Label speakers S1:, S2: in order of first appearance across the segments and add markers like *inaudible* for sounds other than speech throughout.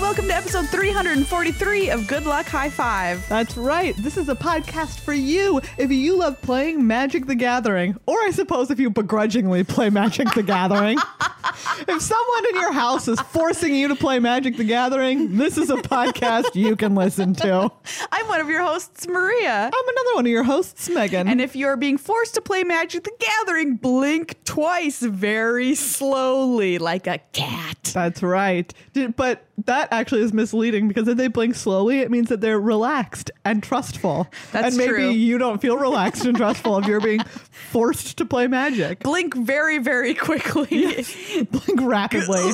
S1: welcome to episode 343 of Good Luck High Five.
S2: That's right. This is a podcast for you if you love playing Magic the Gathering, or I suppose if you begrudgingly play Magic the Gathering. *laughs* If someone in your house is forcing you to play Magic the Gathering, this is a podcast you can listen to.
S1: I'm one of your hosts, Maria.
S2: I'm another one of your hosts, Megan.
S1: And if you're being forced to play Magic the Gathering, blink twice very slowly like a cat.
S2: That's right. Did- But that actually is misleading because if they blink slowly, it means that they're relaxed and trustful.
S1: That's
S2: and maybe
S1: true.
S2: you don't feel relaxed and trustful if you're being forced to
S1: *laughs*
S2: play Magic.
S1: Blink very, very *laughs* quickly.
S2: Blink rapidly.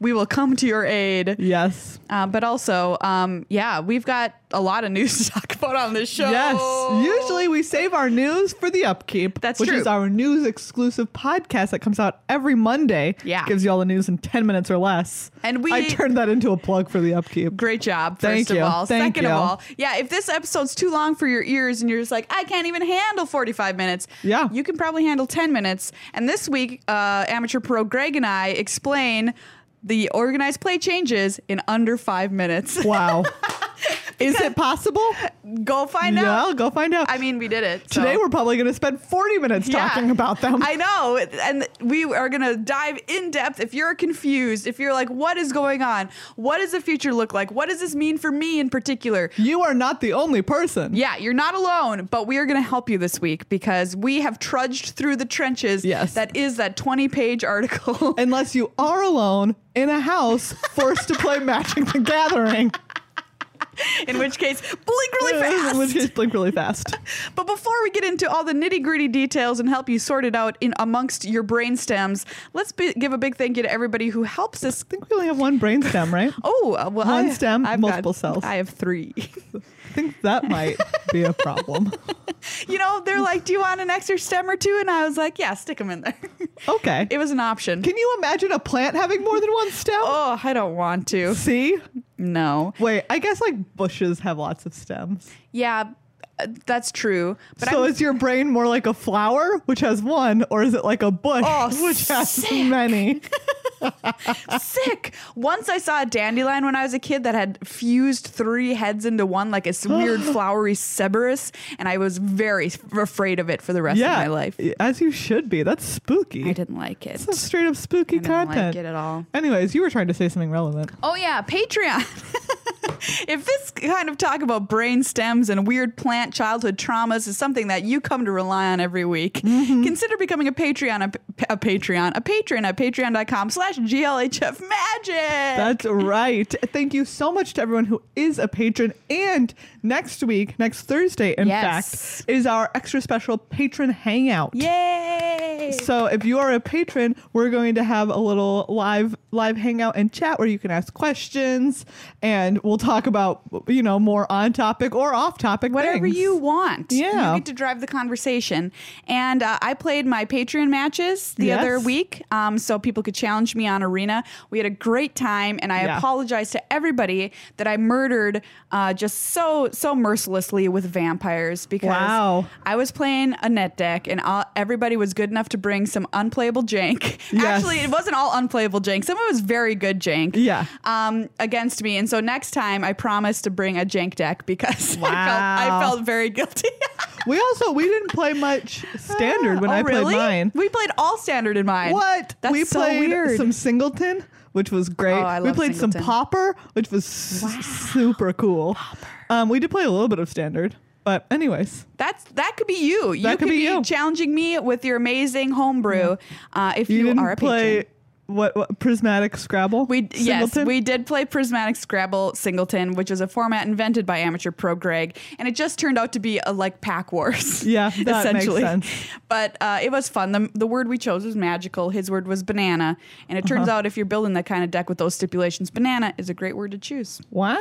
S1: we will come to your aid.
S2: Yes.
S1: Uh, but also, um, yeah, we've got a lot of news *laughs* to talk about on this show.
S2: Yes. Usually we save our news for the upkeep.
S1: That's
S2: which
S1: true.
S2: is our news exclusive podcast that comes out every Monday.
S1: Yeah.
S2: Gives you all the news in ten minutes or less.
S1: And we-
S2: I turned that into a plug for the upkeep.
S1: Great job, first
S2: Thank
S1: of
S2: you.
S1: all.
S2: Thank
S1: Second
S2: you.
S1: of all, yeah, if this episode's too long for your ears and you're just like, I can't even handle 45 minutes,
S2: Yeah.
S1: you can probably handle 10 minutes. And this week, uh, Amateur Pro Greg and I explain the organized play changes in under five minutes. *laughs*
S2: Wow. is it possible?
S1: go find
S2: Yeah,
S1: out.
S2: go find out.
S1: I mean, we did it. so-
S2: Today we're probably going to spend 40 minutes
S1: Yeah.
S2: talking about them.
S1: I know. And we are going to dive in depth. If you're confused, if you're like, what is going on? What does the future look like? What does this mean for me in particular?
S2: you are not the only person.
S1: Yeah, you're not alone, but we are going to help you this week because we have trudged through the trenches.
S2: Yes.
S1: That is that 20 page
S2: *laughs*
S1: article.
S2: Unless you are alone in a house forced to play Magic the Gathering.
S1: in which case, blink *laughs*
S2: *laughs*
S1: really fast.
S2: Which is blink really fast.
S1: But before we get into all the nitty gritty details and help you sort it out in amongst your brain stems, let's be, give a big thank you to everybody who helps us.
S2: I think we only have one brainstem, right?
S1: Oh, uh, well,
S2: One
S1: I-
S2: stem,
S1: I've
S2: multiple
S1: got-
S2: cells.
S1: I have three. *laughs*
S2: I think that might be a problem.
S1: you know, they're like, "Do you want an extra stem or two? And I was like, "Yeah, stick them in there." *laughs*
S2: Okay.
S1: it was an option.
S2: Can you imagine a plant having more than one stem?
S1: oh, I don't want to.
S2: See?
S1: No.
S2: Wait, I guess like bushes have lots of stems.
S1: Yeah, uh, that's true. But
S2: so
S1: I'm,
S2: is your brain more like a flower, which has one, or is it like a bush,
S1: Oh,
S2: *laughs* which has
S1: sick.
S2: many?
S1: sick. Once I saw a dandelion when I was a kid that had fused three heads into one, like a s-
S2: *gasps*
S1: weird flowery Cerberus, and I was very f- afraid of it for the rest
S2: yeah.
S1: of my life.
S2: As you should be. That's spooky.
S1: I didn't like
S2: *laughs*
S1: it.
S2: That's straight up spooky
S1: I didn't
S2: content.
S1: like it at all.
S2: Anyways, you were trying to say something relevant.
S1: Oh yeah, Patreon. *laughs* if this kind of talk about brain stems and weird plant childhood traumas is something that you come to rely on every week,
S2: Mm-hmm.
S1: consider becoming a Patreon, a, p- a Patreon, a patron at patreon.com slash glhfmagic. *laughs*
S2: That's right. Thank you so much to everyone who is a patron. And next week, next Thursday, in
S1: Yes.
S2: fact, is our extra special patron hangout.
S1: Yay!
S2: So if you are a patron, we're going to have a little live live hangout and chat where you can ask questions and we'll talk about you know more on topic or off topic
S1: Whatever
S2: things.
S1: you want.
S2: Yeah.
S1: You get to drive the conversation. And uh, I played my Patreon matches the
S2: Yes.
S1: other week um, so people could challenge me on Arena. We had a great time. And I
S2: Yeah.
S1: apologize to everybody that I murdered uh, just so, so mercilessly with vampires because
S2: Wow.
S1: I was playing a net deck and all, everybody was good enough to bring some unplayable jank. *laughs*
S2: Yes.
S1: Actually, it wasn't all unplayable jank, some of it was very good jank
S2: Yeah.
S1: um, against me. And so next time, I promise to bring a jank deck because I, felt, I
S2: Wow.
S1: felt very guilty. *laughs*
S2: We also we didn't play much standard when
S1: Oh,
S2: I played
S1: really?
S2: mine.
S1: We played all standard in mine.
S2: What?
S1: That's
S2: we
S1: so
S2: played
S1: weird.
S2: some Singleton, which was great.
S1: Oh, I
S2: we
S1: love
S2: played
S1: Singleton.
S2: some Popper, which was s- super cool. Um, we did play a little bit of Standard, but anyways,
S1: That's that could be you. you
S2: That
S1: could,
S2: could
S1: be,
S2: be you.
S1: challenging me with your amazing homebrew. Uh, if you,
S2: you, didn't
S1: are a
S2: play
S1: patron.
S2: what, what Prismatic Scrabble.
S1: We yes,
S2: Singleton?
S1: we did play Prismatic Scrabble Singleton, which is a format invented by amateur pro Greg, and it just turned out to be a like pack wars.
S2: *laughs* Yeah, that makes
S1: essentially.
S2: sense.
S1: But uh, it was fun. The, the word we chose was magical. His word was banana, and it
S2: Uh-huh.
S1: turns out if you're building that kind of deck with those stipulations, banana is a great word to choose. You
S2: Wow,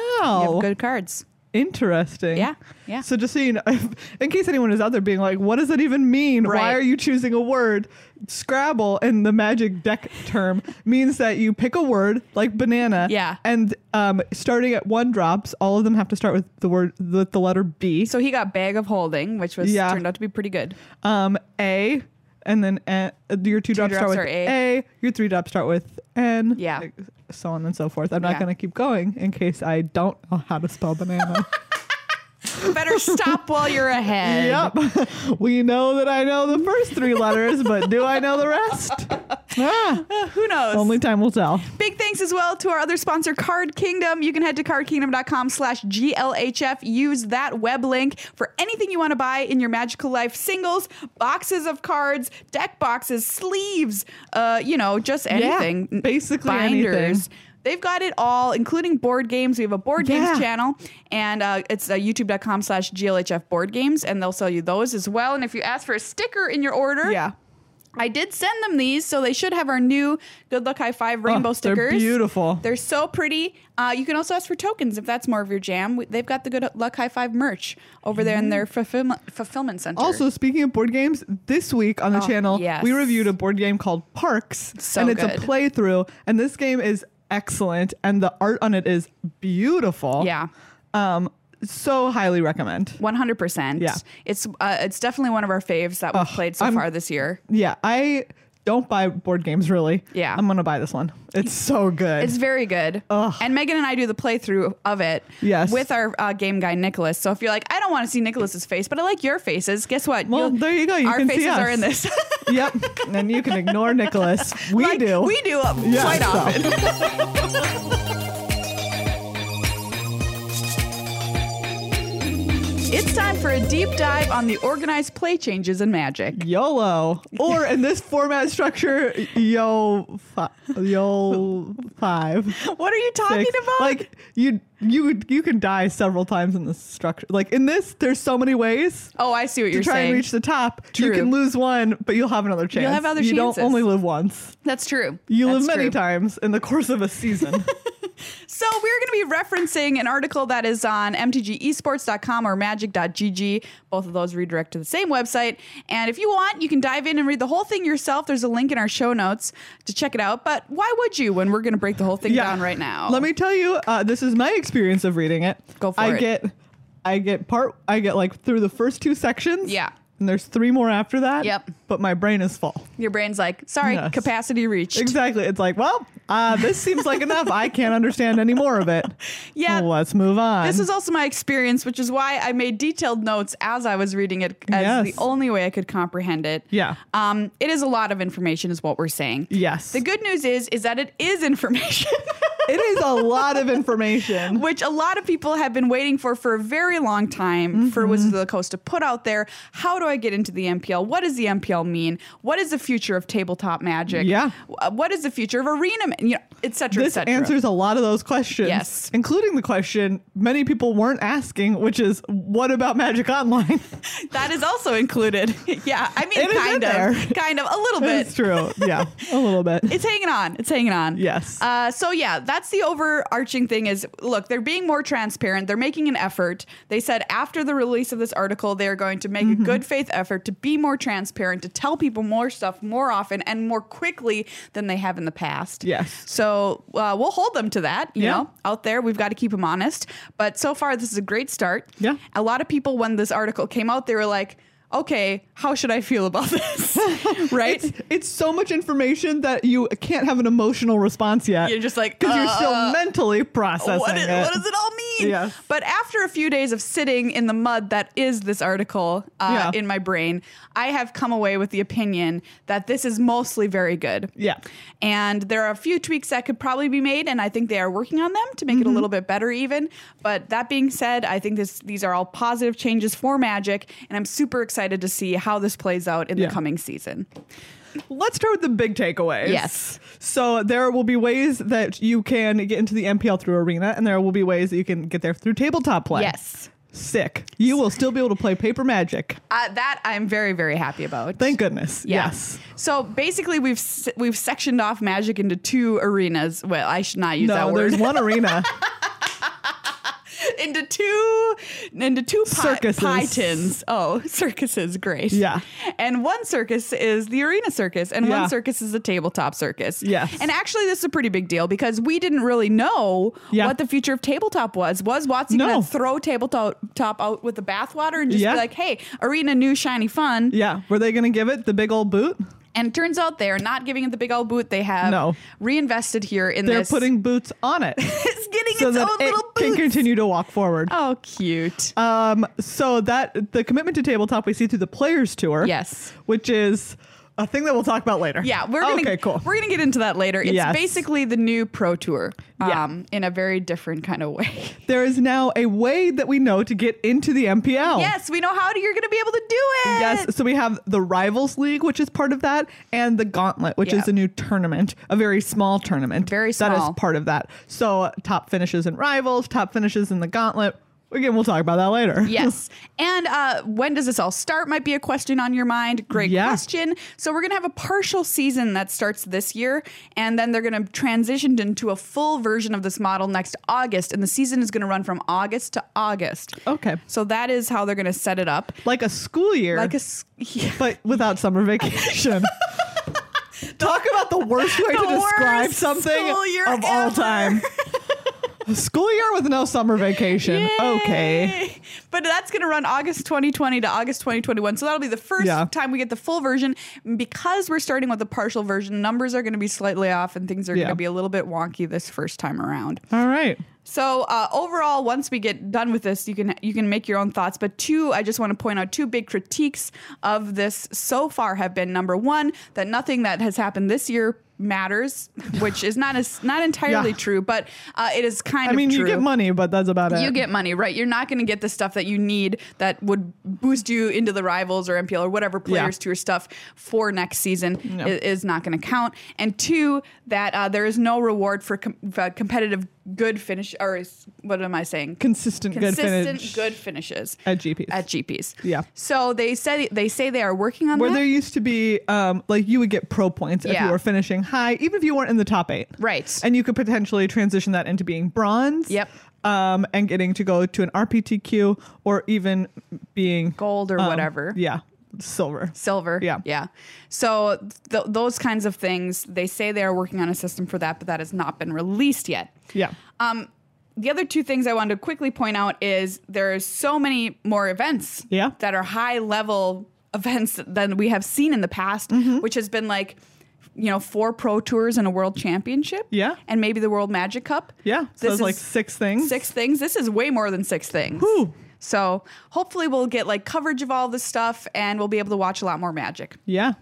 S1: have good cards.
S2: interesting.
S1: Yeah, yeah.
S2: So just so you know, *laughs* if, in case anyone is out there being like, "What does that even mean?
S1: Right.
S2: Why are you choosing a word?" Scrabble in the Magic Deck term *laughs* means that you pick a word like banana.
S1: Yeah.
S2: And um, starting at one drops, all of them have to start with the word with the letter B.
S1: So he got bag of holding, which was
S2: Yeah.
S1: turned out to be pretty good.
S2: Um, A and then uh, your two, drops,
S1: drops
S2: start
S1: are
S2: with
S1: A.
S2: A. Your three drops start with N.
S1: Yeah.
S2: So on and so forth. I'm not
S1: Yeah.
S2: going to keep going in case I don't know how to spell
S1: *laughs*
S2: banana.
S1: Better stop while you're
S2: *laughs*
S1: ahead.
S2: yep. we know that I know the first three letters, but do I know
S1: *laughs*
S2: the rest? Ah,
S1: Who knows?
S2: only time will tell.
S1: Big thanks as well to our other sponsor, Card Kingdom. You can head to cardkingdom.com slash GLHF. Use that web link for anything you want to buy in your magical life singles, boxes of cards, deck boxes, sleeves, uh, you know, just anything.
S2: basically
S1: Binders.
S2: anything.
S1: They've got it all, including board games. We have a board games
S2: Yeah.
S1: channel, and uh, it's uh, youtube.com slash GLHF board games, and they'll sell you those as well. And if you ask for a sticker in your order,
S2: Yeah.
S1: I did send them these, so they should have our new Good Luck High Five rainbow
S2: Oh,
S1: stickers.
S2: They're beautiful.
S1: They're so pretty. Uh, you can also ask for tokens if that's more of your jam. We- They've got the Good Luck High Five merch over there in their fulfillment, fulfillment center.
S2: Mm-hmm. Also, speaking of board games, this week on the
S1: Oh,
S2: channel,
S1: yes.
S2: we reviewed a board game called Parks,
S1: So
S2: and it's
S1: good.
S2: a playthrough. And this game is excellent, and the art on it is beautiful.
S1: yeah.
S2: Um, so highly recommend.
S1: One hundred percent.
S2: Yeah.
S1: it's uh, it's definitely one of our faves that we've played so
S2: I'm-
S1: far this year.
S2: Yeah, I don't buy board games really.
S1: Yeah.
S2: I'm gonna buy this one. It's so good.
S1: It's *laughs* very good.
S2: Ugh.
S1: And Megan and I do the playthrough of it
S2: Yes.
S1: with our uh, game guy, Nicholas. So if you're like, I don't want to see Nicholas's face, but I like your faces, guess what?
S2: Well,
S1: You'll-
S2: there you go. You
S1: our
S2: can see
S1: faces
S2: us.
S1: are in this. *laughs*
S2: yep, and you can ignore Nicholas. We
S1: Like,
S2: do.
S1: We do uh,
S2: Yeah,
S1: quite
S2: so.
S1: often. It's time for a deep dive on the organized play changes in
S2: *laughs*
S1: Magic.
S2: YOLO. Or in this format structure, yo, fi- yo five.
S1: What are you talking
S2: six.
S1: about?
S2: Like you, you, would- you can die several times in this structure. Like in this, there's so many ways
S1: oh, I see what
S2: to
S1: you're
S2: try
S1: saying.
S2: and reach the top. You
S1: True.
S2: can lose one, but you'll have another chance.
S1: have other
S2: You don't
S1: chances.
S2: only live once.
S1: That's true.
S2: You
S1: That's
S2: live many
S1: true.
S2: times in the course of a season.
S1: So we're going to be referencing an article that is on mtgesports.com or magic.gg. Both of those redirect to the same website. And if you want, you can dive in and read the whole thing yourself. There's a link in our show notes to check it out. But why would you when we're going to break the whole thing down right now?
S2: Let me tell you, uh, this is my experience of reading it.
S1: Go for
S2: I
S1: it.
S2: get, I get part. I get like through the first two sections.
S1: Yeah.
S2: And there's three more after that.
S1: Yep.
S2: But my brain is full.
S1: Your brain's like, sorry,
S2: Yes.
S1: capacity reached.
S2: Exactly. It's like, well, uh, this seems like enough. I can't understand any more of it.
S1: *laughs* Yeah.
S2: Let's move on.
S1: This is also my experience, which is why I made detailed notes as I was reading it as
S2: Yes.
S1: the only way I could comprehend it.
S2: Yeah.
S1: Um, it is a lot of information, is what we're saying.
S2: Yes.
S1: The good news is, is that it is information. *laughs*
S2: it is a lot of information.
S1: which a lot of people have been waiting for for a very long time for
S2: Mm-hmm.
S1: Wizards of the Coast to put out there. How do I get into the MPL? What does the MPL mean? What is the future of tabletop magic?
S2: Yeah.
S1: Uh, What is the future of arena? ma- You know, et cetera, et
S2: This
S1: cetera.
S2: answers a lot of those questions.
S1: Yes.
S2: Including the question many people weren't asking, which is what about Magic Online? *laughs*
S1: that is also included. *laughs* yeah, I mean,
S2: It is in
S1: kind of,
S2: there.
S1: kind of, a little bit.
S2: That's true. Yeah. A little
S1: *laughs*
S2: bit.
S1: it's hanging on. It's hanging on.
S2: Yes.
S1: Uh, so yeah, that's the overarching thing. Is look, they're being more transparent. They're making an effort. They said after the release of this article, they are going to make
S2: Mm-hmm.
S1: a good faith effort to be more transparent, to tell people more stuff more often and more quickly than they have in the past.
S2: Yes.
S1: So uh, we'll hold them to that. You
S2: Yeah.
S1: know, out there, we've got to keep them honest. But so far, this is a great start.
S2: Yeah.
S1: A lot of people, when this article came out, they were like. Okay, how should I feel about this? *laughs* right?
S2: It's, it's so much information that you can't have an emotional response yet.
S1: You're just like,
S2: because you're
S1: uh,
S2: still mentally processing
S1: what, is,
S2: it.
S1: what does it all mean?
S2: Yes.
S1: But after a few days of sitting in the mud that is this article uh,
S2: Yeah.
S1: in my brain, I have come away with the opinion that this is mostly very good.
S2: Yeah.
S1: And there are a few tweaks that could probably be made, and I think they are working on them to make it
S2: Mm-hmm.
S1: a little bit better, even. But that being said, I think this these are all positive changes for Magic, and I'm super excited to see how this plays out in
S2: Yeah.
S1: the coming season.
S2: Let's start with the big takeaways.
S1: Yes.
S2: So there will be ways that you can get into the MPL through Arena, and there will be ways that you can get there through tabletop play.
S1: Yes.
S2: Sick. You will still be able to play paper magic.
S1: Uh, that I'm very, very happy about.
S2: Thank goodness.
S1: Yeah.
S2: Yes.
S1: So basically, we've s- we've sectioned off magic into two arenas. Well, I should not use
S2: no,
S1: that
S2: there's
S1: word.
S2: one arena.
S1: It *laughs* into two into two pie,
S2: Circuses.
S1: pie tins. Oh, *laughs* circuses, great.
S2: Yeah.
S1: And one circus is the arena circus, and
S2: Yeah.
S1: one circus is the tabletop circus.
S2: Yes.
S1: And actually, this is a pretty big deal because we didn't really know
S2: Yeah.
S1: what the future of tabletop was. Was Watsy
S2: No.
S1: going to throw tabletop top out with the bathwater and just
S2: Yeah.
S1: be like, "Hey, arena, new shiny fun"?
S2: Yeah. Were they going to give it the big old boot?
S1: And turns out they are not giving it the big old boot they have
S2: No.
S1: reinvested here in
S2: They're
S1: this. *laughs*
S2: putting boots on it
S1: it's getting
S2: so
S1: its
S2: that
S1: own
S2: it
S1: little
S2: can
S1: boot.
S2: continue to walk forward.
S1: oh, cute.
S2: Um, so that the commitment to tabletop we see through the players tour.
S1: Yes.
S2: Which is a thing that we'll talk about later.
S1: yeah, we're gonna
S2: okay. Cool.
S1: we're gonna get into that later. It's
S2: Yes.
S1: basically the new pro tour,
S2: Yeah.
S1: um, in a very different kind of way.
S2: There is now a way that we know to get into the MPL.
S1: Yes, we know how to, you're going to be able to do it.
S2: Oh. Yes, so we have the Rivals League, which is part of that, and the Gauntlet, which
S1: Yeah.
S2: is a new tournament, a very small tournament.
S1: Very
S2: That
S1: small.
S2: is part of that. So top finishes in Rivals, top finishes in the Gauntlet. Again, we'll talk about that later.
S1: Yes. And uh, when does this all start? Might be a question on your mind. Great
S2: Yeah.
S1: question. So, we're going to have a partial season that starts this year, and then they're going to transition into a full version of this model next August. And the season is going to run from August to August.
S2: *laughs* Okay.
S1: So, that is how they're going to set it up.
S2: Like a school year,
S1: Like a. s- *laughs* Yeah.
S2: but without summer vacation. *laughs* Talk about the worst way to
S1: The
S2: describe
S1: worst
S2: something
S1: school year
S2: of all
S1: ever.
S2: time. a *laughs* school year with no summer vacation. Okay.
S1: Yay. But that's going to run August 2020 to August 2021. So that'll be the first
S2: Yeah.
S1: time we get the full version. Because we're starting with the partial version, numbers are going to be slightly off and things are
S2: Yeah.
S1: going to be a little bit wonky this first time around.
S2: All right.
S1: So uh, overall, once we get done with this, you can you can make your own thoughts. But two, I just want to point out two big critiques of this so far have been number one that nothing that has happened this year matters, which is not as not entirely
S2: Yeah.
S1: true, but uh, it is kind
S2: I
S1: of
S2: mean,
S1: true.
S2: you get money, but that's about it.
S1: You get money, right? You're not going to get the stuff that you need that would boost you into the rivals or MPL or whatever players to your stuff for next season i- is, not going to count. And two, that uh, there is no reward for, com- for competitive good finish or is- what am I saying?
S2: consistent, good
S1: Consistent
S2: finish
S1: good finishes
S2: at GPs.
S1: at GPS.
S2: Yeah.
S1: So they said they say they are working on
S2: Where
S1: that.
S2: there used to be, um, like you would get pro points if you
S1: Yeah.
S2: were finishing high, even if you weren't in the top eight.
S1: Right.
S2: And you could potentially transition that into being bronze.
S1: Yep.
S2: Um, and getting to go to an RPTQ or even being
S1: Gold or
S2: um,
S1: whatever.
S2: Yeah. Silver.
S1: silver.
S2: Yeah.
S1: Yeah. So th- those kinds of things, they say they are working on a system for that, but that has not been released yet.
S2: Yeah.
S1: Um, the other two things I wanted to quickly point out is there are so many more events
S2: Yeah.
S1: that are high level events than we have seen in the past,
S2: Mm-hmm.
S1: which has been like, you know, four pro tours and a world championship.
S2: Yeah.
S1: And maybe the World Magic Cup.
S2: Yeah. So
S1: This
S2: it's like
S1: is-
S2: six things.
S1: Six things. This is way more than six things.
S2: Whew.
S1: So hopefully we'll get like coverage of all this stuff and we'll be able to watch a lot more magic.
S2: Yeah.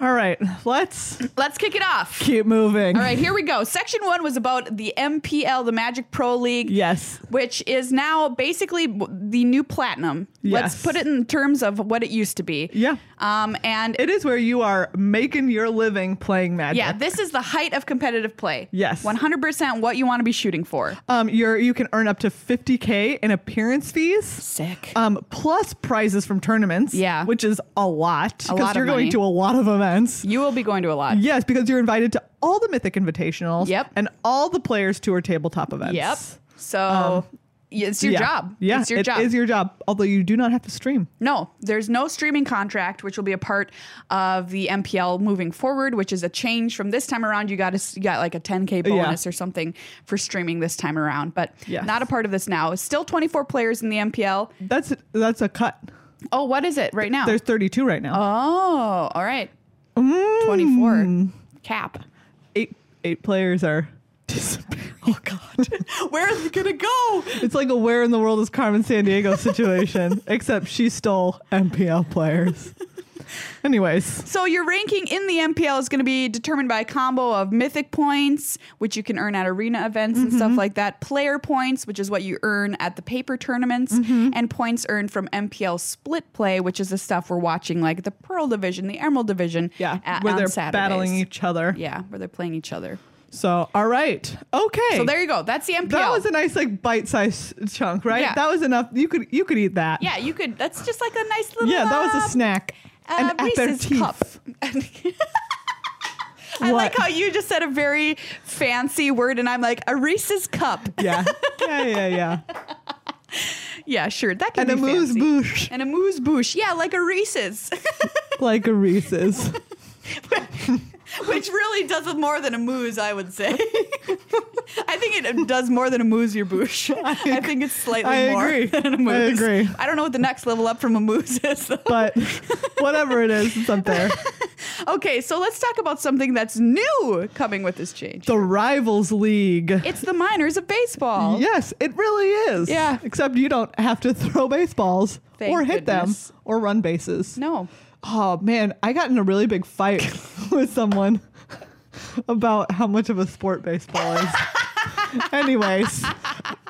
S2: All right. Let's
S1: Let's kick it off.
S2: keep moving.
S1: All right, here we go. Section one was about the MPL, the Magic Pro League,
S2: Yes.
S1: which is now basically w- the new platinum.
S2: Yes.
S1: Let's put it in terms of what it used to be.
S2: Yeah.
S1: Um, and
S2: It is where you are making your living playing magic.
S1: yeah, this is the height of competitive play.
S2: Yes.
S1: 100% what you want to be shooting for.
S2: Um, you're you can earn up to 50k in appearance fees,
S1: Sick.
S2: um, plus prizes from tournaments.
S1: Yeah.
S2: which is a lot because
S1: lot of
S2: you're going
S1: money.
S2: to a lot of events.
S1: you will be going to a lot.
S2: Yes, because you're invited to all the Mythic Invitationals.
S1: Yep.
S2: and all the players tour tabletop events.
S1: Yep. So y- it's your
S2: Um, Yeah.
S1: job.
S2: Yeah,
S1: It's your
S2: it
S1: job.
S2: is your job. Although you do not have to stream.
S1: No, there's no streaming contract, which will be a part of the MPL moving forward, which is a change from this time around. You got to you got like a 10k
S2: Yeah.
S1: bonus or something for streaming this time around, but
S2: Yes.
S1: not a part of this now. It's still 24 players in the MPL.
S2: That's that's a cut.
S1: Oh, what is it right now?
S2: There's 32 right now.
S1: oh, all right, Mm. 24 cap.
S2: eight eight players
S1: *laughs*
S2: are disappearing. Oh God.
S1: Where is it gonna go?
S2: It's like a where in the world is Carmen San
S1: *laughs*
S2: Diego situation, except she stole MPL players. Anyways,
S1: So your ranking in the MPL is going to be determined by a combo of mythic points, which you can earn at arena events and
S2: Mm-hmm.
S1: stuff like that, player points, which is what you earn at the paper tournaments,
S2: Mm-hmm.
S1: and points earned from MPL split play, which is the stuff we're watching like the Pearl Division, the Emerald Division,
S2: yeah,
S1: at,
S2: where
S1: on
S2: they're
S1: Saturdays.
S2: battling each other.
S1: yeah, where they're playing each other.
S2: So, all right, okay.
S1: So there you go. That's the MPL.
S2: that was a nice like bite-sized chunk, right?
S1: Yeah.
S2: That was enough. You could you could eat that.
S1: yeah, you could. That's just like a nice little.
S2: yeah. That was
S1: uh,
S2: a snack.
S1: uh,
S2: and
S1: Reese's cup. *laughs* I like how you just said a *laughs* very fancy word, and I'm like a Reese's cup.
S2: yeah, yeah, yeah, yeah.
S1: Yeah, sure. That can
S2: and a
S1: be
S2: moose
S1: fancy.
S2: boosh
S1: And a moose boosh. Yeah, like a Reese's.
S2: *laughs*
S1: *laughs*
S2: like a Reese's.
S1: Which really does more than a moose, I would say. *laughs* I think it does more than a moose your
S2: *laughs*
S1: boosh. I, think it's slightly
S2: I
S1: more
S2: agree.
S1: than a
S2: I
S1: moose.
S2: agree.
S1: I don't know what the next level up from a moose *laughs* is. though.
S2: but whatever it is, it's up there.
S1: okay, so let's talk about something that's new coming with this change.
S2: The Rivals League.
S1: it's the minors of baseball.
S2: yes, it really is.
S1: Yeah.
S2: Except you don't have to throw baseballs
S1: Thank
S2: or hit
S1: goodness.
S2: them or run bases.
S1: No.
S2: Oh man, I got in a really big fight *laughs* with someone about how much of a sport
S1: *laughs*
S2: baseball is. Anyways,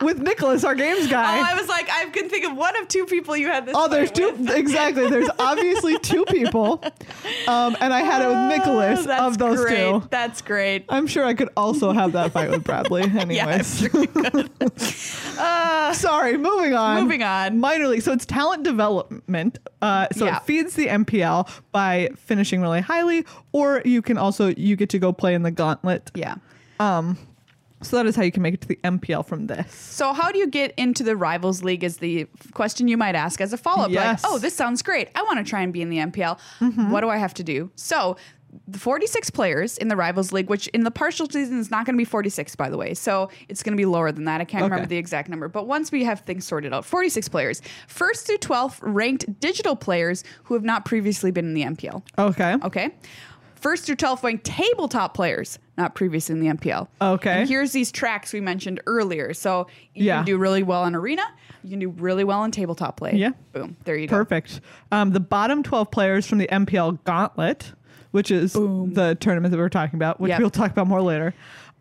S2: with Nicholas, our games
S1: Oh,
S2: guy.
S1: I was like, I can think of one of two people you had this.
S2: Oh, there's
S1: fight
S2: two.
S1: with. *laughs*
S2: Exactly. There's obviously two people. Um, and I had it with Nicholas
S1: Oh, that's
S2: of those
S1: great.
S2: two. Uh,
S1: That's great.
S2: I'm sure I could also have that fight with Bradley. Anyways.
S1: *laughs* Yeah, I'm sure you
S2: *laughs*
S1: could. uh,
S2: Sorry, moving on.
S1: Moving on.
S2: Minor league. So it's talent development. Uh, so
S1: Yeah.
S2: it feeds the MPL by finishing really highly, or you can also you get to go play in the gauntlet. Um,
S1: yeah.
S2: So that is how you can make it to the MPL from this.
S1: So, how do you get into the Rivals League? Is the question you might ask as a follow up.
S2: Yes. Mm-hmm.
S1: Like, oh, this sounds great. I want to try and be in the MPL. What do I have to do? So, the 46 players in the Rivals League, which in the partial season is not going to be 46, by the way. So, it's going to be lower than that. I can't
S2: Okay.
S1: remember the exact number. But once we have things sorted out, 46 players, first through 12th ranked digital players who have not previously been in the MPL.
S2: Okay.
S1: Okay. First through 12th ranked tabletop players, not previous in the MPL.
S2: Okay.
S1: And here's these tracks we mentioned earlier. So you
S2: Yeah.
S1: can do really well in arena, you can do really well in tabletop play.
S2: Yeah.
S1: Boom. There you go.
S2: Perfect. Um, the bottom 12 players from the MPL gauntlet, which is the tournament that we were talking about, which
S1: Yep.
S2: we'll talk about more later.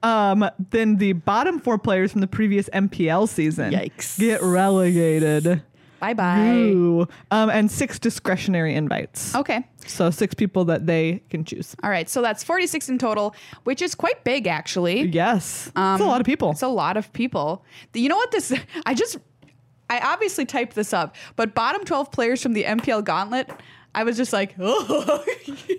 S2: Um, then the bottom four players from the previous MPL season
S1: Yikes.
S2: get relegated.
S1: Bye bye.
S2: Ooh. Um, and six discretionary invites.
S1: Okay.
S2: So six people that they can choose.
S1: All right. So that's 46 in total, which is quite big, actually.
S2: Yes. That's a
S1: Um,
S2: lot of people.
S1: It's a lot of people. The- You know what this *laughs* I just I obviously typed this up, but bottom 12 players from the MPL gauntlet, I was just like, *laughs* oh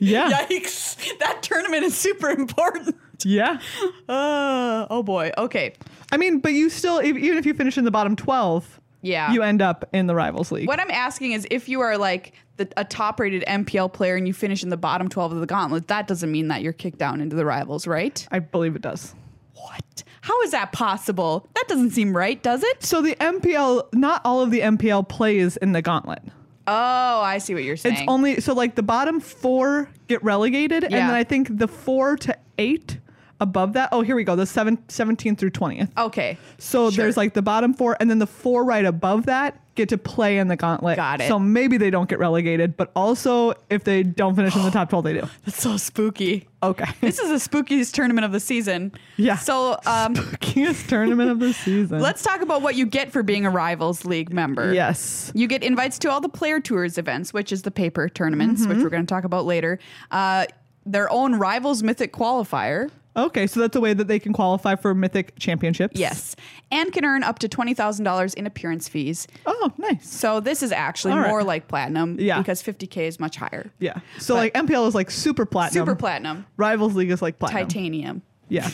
S2: Yeah.
S1: yikes. That tournament is super important.
S2: yeah.
S1: Uh, oh boy. Okay.
S2: I mean, but you still, if, even if you finish in the bottom 12,
S1: Yeah.
S2: you end up in the Rivals League.
S1: what I'm asking is if you are like the, a top rated MPL player and you finish in the bottom 12 of the gauntlet, that doesn't mean that you're kicked down into the rivals, right?
S2: I believe it does.
S1: What? How is that possible? That doesn't seem right, does it?
S2: So the MPL, not all of the MPL plays in the gauntlet.
S1: Oh, I see what you're saying.
S2: It's only, so like the bottom four get relegated. And
S1: Yeah.
S2: then I think the four to eight above that. Oh, here we go. The seven, 17 through 20th.
S1: okay.
S2: So
S1: Sure.
S2: there's like the bottom four, and then the four right above that get to play in the gauntlet.
S1: Got it.
S2: So maybe they don't get relegated, but also if they don't finish in the top 12, they
S1: *sighs*
S2: do.
S1: That's so spooky.
S2: Okay.
S1: *laughs* This is the spookiest tournament of the season.
S2: Yeah.
S1: So um,
S2: Kingest
S1: *laughs*
S2: tournament of the season.
S1: let's talk about what you get for being a Rivals League member.
S2: Yes.
S1: You get invites to all the player tours events, which is the paper tournaments,
S2: Mm-hmm.
S1: which we're going to talk about later. Uh, their own rivals mythic qualifier,
S2: Okay. So that's a way that they can qualify for Mythic Championships.
S1: yes, and can earn up to twenty thousand dollars in appearance fees.
S2: Oh, nice.
S1: So this is actually
S2: All right.
S1: more like platinum,
S2: Yeah.
S1: because fifty k is much higher.
S2: Yeah. So
S1: But-
S2: like MPL is like super platinum.
S1: Super platinum,
S2: Rivals League is like platinum.
S1: titanium.
S2: Yeah.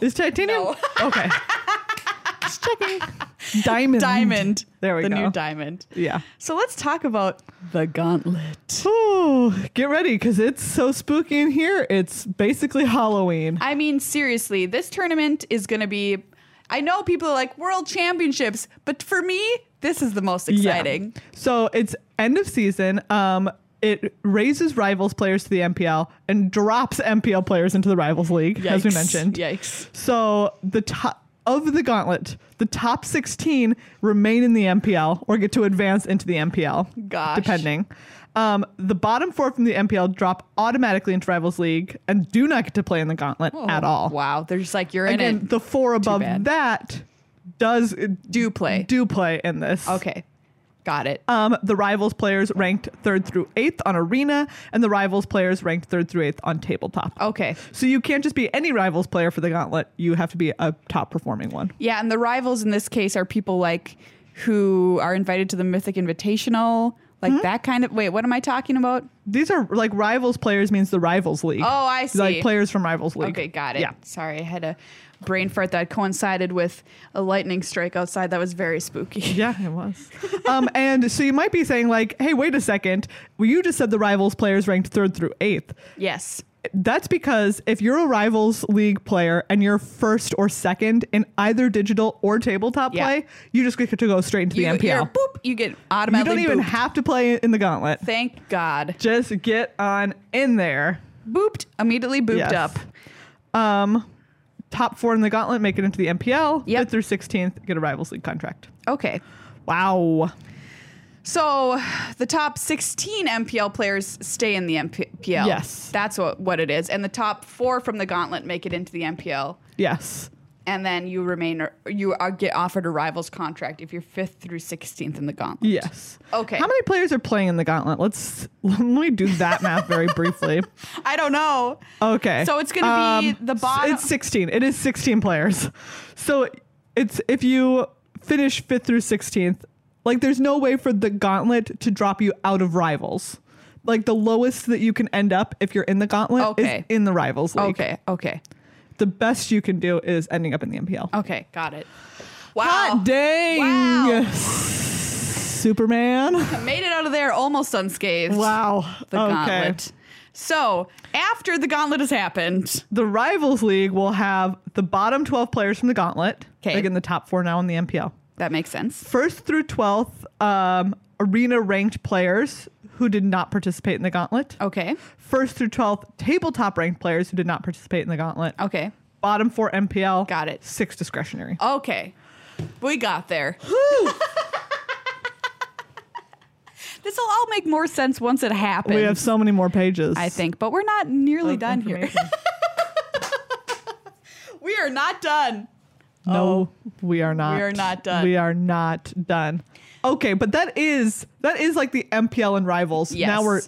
S2: Is titanium?
S1: *laughs* No.
S2: *laughs* Okay. Just checking. Diamond.
S1: Diamond.
S2: There we
S1: the
S2: go.
S1: new diamond.
S2: Yeah.
S1: So let's talk about the gauntlet.
S2: Ooh, get ready because it's so spooky in here. It's basically Halloween.
S1: I mean, seriously, this tournament is going to be. I know people are like world championships, but for me, this is the most exciting.
S2: Yeah. So it's end of season. Um, it raises rivals players to the MPL and drops MPL players into the rivals league, as we
S1: Yikes.
S2: mentioned.
S1: Yikes.
S2: So the top of the gauntlet, the top 16 remain in the MPL or get to advance into the MPL.
S1: Gosh.
S2: Depending. Um, the bottom four from the MPL drop automatically into Rivals League and do not get to play in the gauntlet at all.
S1: Oh, Wow. They're just like, you're
S2: Again,
S1: in it.
S2: the four above
S1: bad.
S2: that does
S1: Do play.
S2: do play in this.
S1: okay. Got it.
S2: Um, the rivals players ranked third through eighth on arena, and the rivals players ranked third through eighth on tabletop.
S1: Okay.
S2: So you can't just be any rivals player for the gauntlet. You have to be a top performing one.
S1: Yeah. And the rivals in this case are people like who are invited to the Mythic Invitational, like that kind of. Wait, what am I talking about?
S2: These are like rivals players means the rivals league.
S1: Oh, I see.
S2: Like players from rivals league.
S1: Okay. Got it.
S2: Yeah.
S1: Sorry. I had a brain fart that coincided with a lightning strike outside that was very spooky.
S2: Yeah, it was. um, *laughs* and so you might be saying, like, hey, wait a second. Well, you just said the Rivals players ranked third through eighth.
S1: *laughs* Yes.
S2: That's because if you're a Rivals League player and you're first or second in either digital or tabletop
S1: Yeah.
S2: play, you just get to go straight into
S1: You,
S2: the
S1: you're
S2: MPL.
S1: boop, you get
S2: You
S1: automatically
S2: don't even
S1: booped.
S2: have to play in the gauntlet.
S1: Thank God.
S2: Just get on in there.
S1: Booped, immediately booped
S2: Yes.
S1: up.
S2: Um, top four in the gauntlet make it into the MPL.
S1: Yep.
S2: Fifth through 16th get a Rivals League contract.
S1: Okay.
S2: Wow.
S1: So the top 16 MPL players stay in the MPL.
S2: Yes.
S1: That's what, what it is. And the top four from the gauntlet make it into the MPL.
S2: Yes.
S1: And then you remain, you are, get offered a rivals contract if you're fifth through 16th in the gauntlet.
S2: Yes.
S1: Okay.
S2: How many players are playing in the gauntlet? Let's *laughs* let me do that math very briefly.
S1: I don't know.
S2: Okay. Um,
S1: So it's gonna be the
S2: s-
S1: bottom-
S2: It's sixteen. It is sixteen players. So it's if you finish fifth through sixteenth, like there's no way for the gauntlet to drop you out of rivals. Like the lowest that you can end up if you're in the gauntlet is
S1: Okay.
S2: in the rivals league.
S1: Okay. Okay.
S2: The best you can do is ending up in the MPL.
S1: Okay. Got it. Wow.
S2: Hot dang,
S1: Wow. *laughs*
S2: Superman!
S1: Made it out of there almost unscathed.
S2: Wow.
S1: The gauntlet. So after the gauntlet has happened,
S2: the Rivals League will have the bottom 12 players from the Gauntlet.
S1: 'Kay.
S2: Again, the top four now in the MPL.
S1: that makes sense.
S2: First through 12th, um, arena ranked players who did not participate in the Gauntlet.
S1: Okay.
S2: First through 12th, tabletop ranked players who did not participate in the Gauntlet.
S1: Okay.
S2: Bottom four MPL.
S1: Oh. Got it.
S2: Six discretionary.
S1: Okay. We got
S2: *laughs*
S1: there. *laughs* this will all make more sense once it happens.
S2: We have so many more pages.
S1: I think, but we're not nearly
S2: of
S1: done here.
S2: Oh, information.
S1: *laughs* We are not done.
S2: No, we are not.
S1: Oh. We are not done.
S2: We are not done. Okay, but that is that is like the MPL and Rivals.
S1: Yes.
S2: Now we're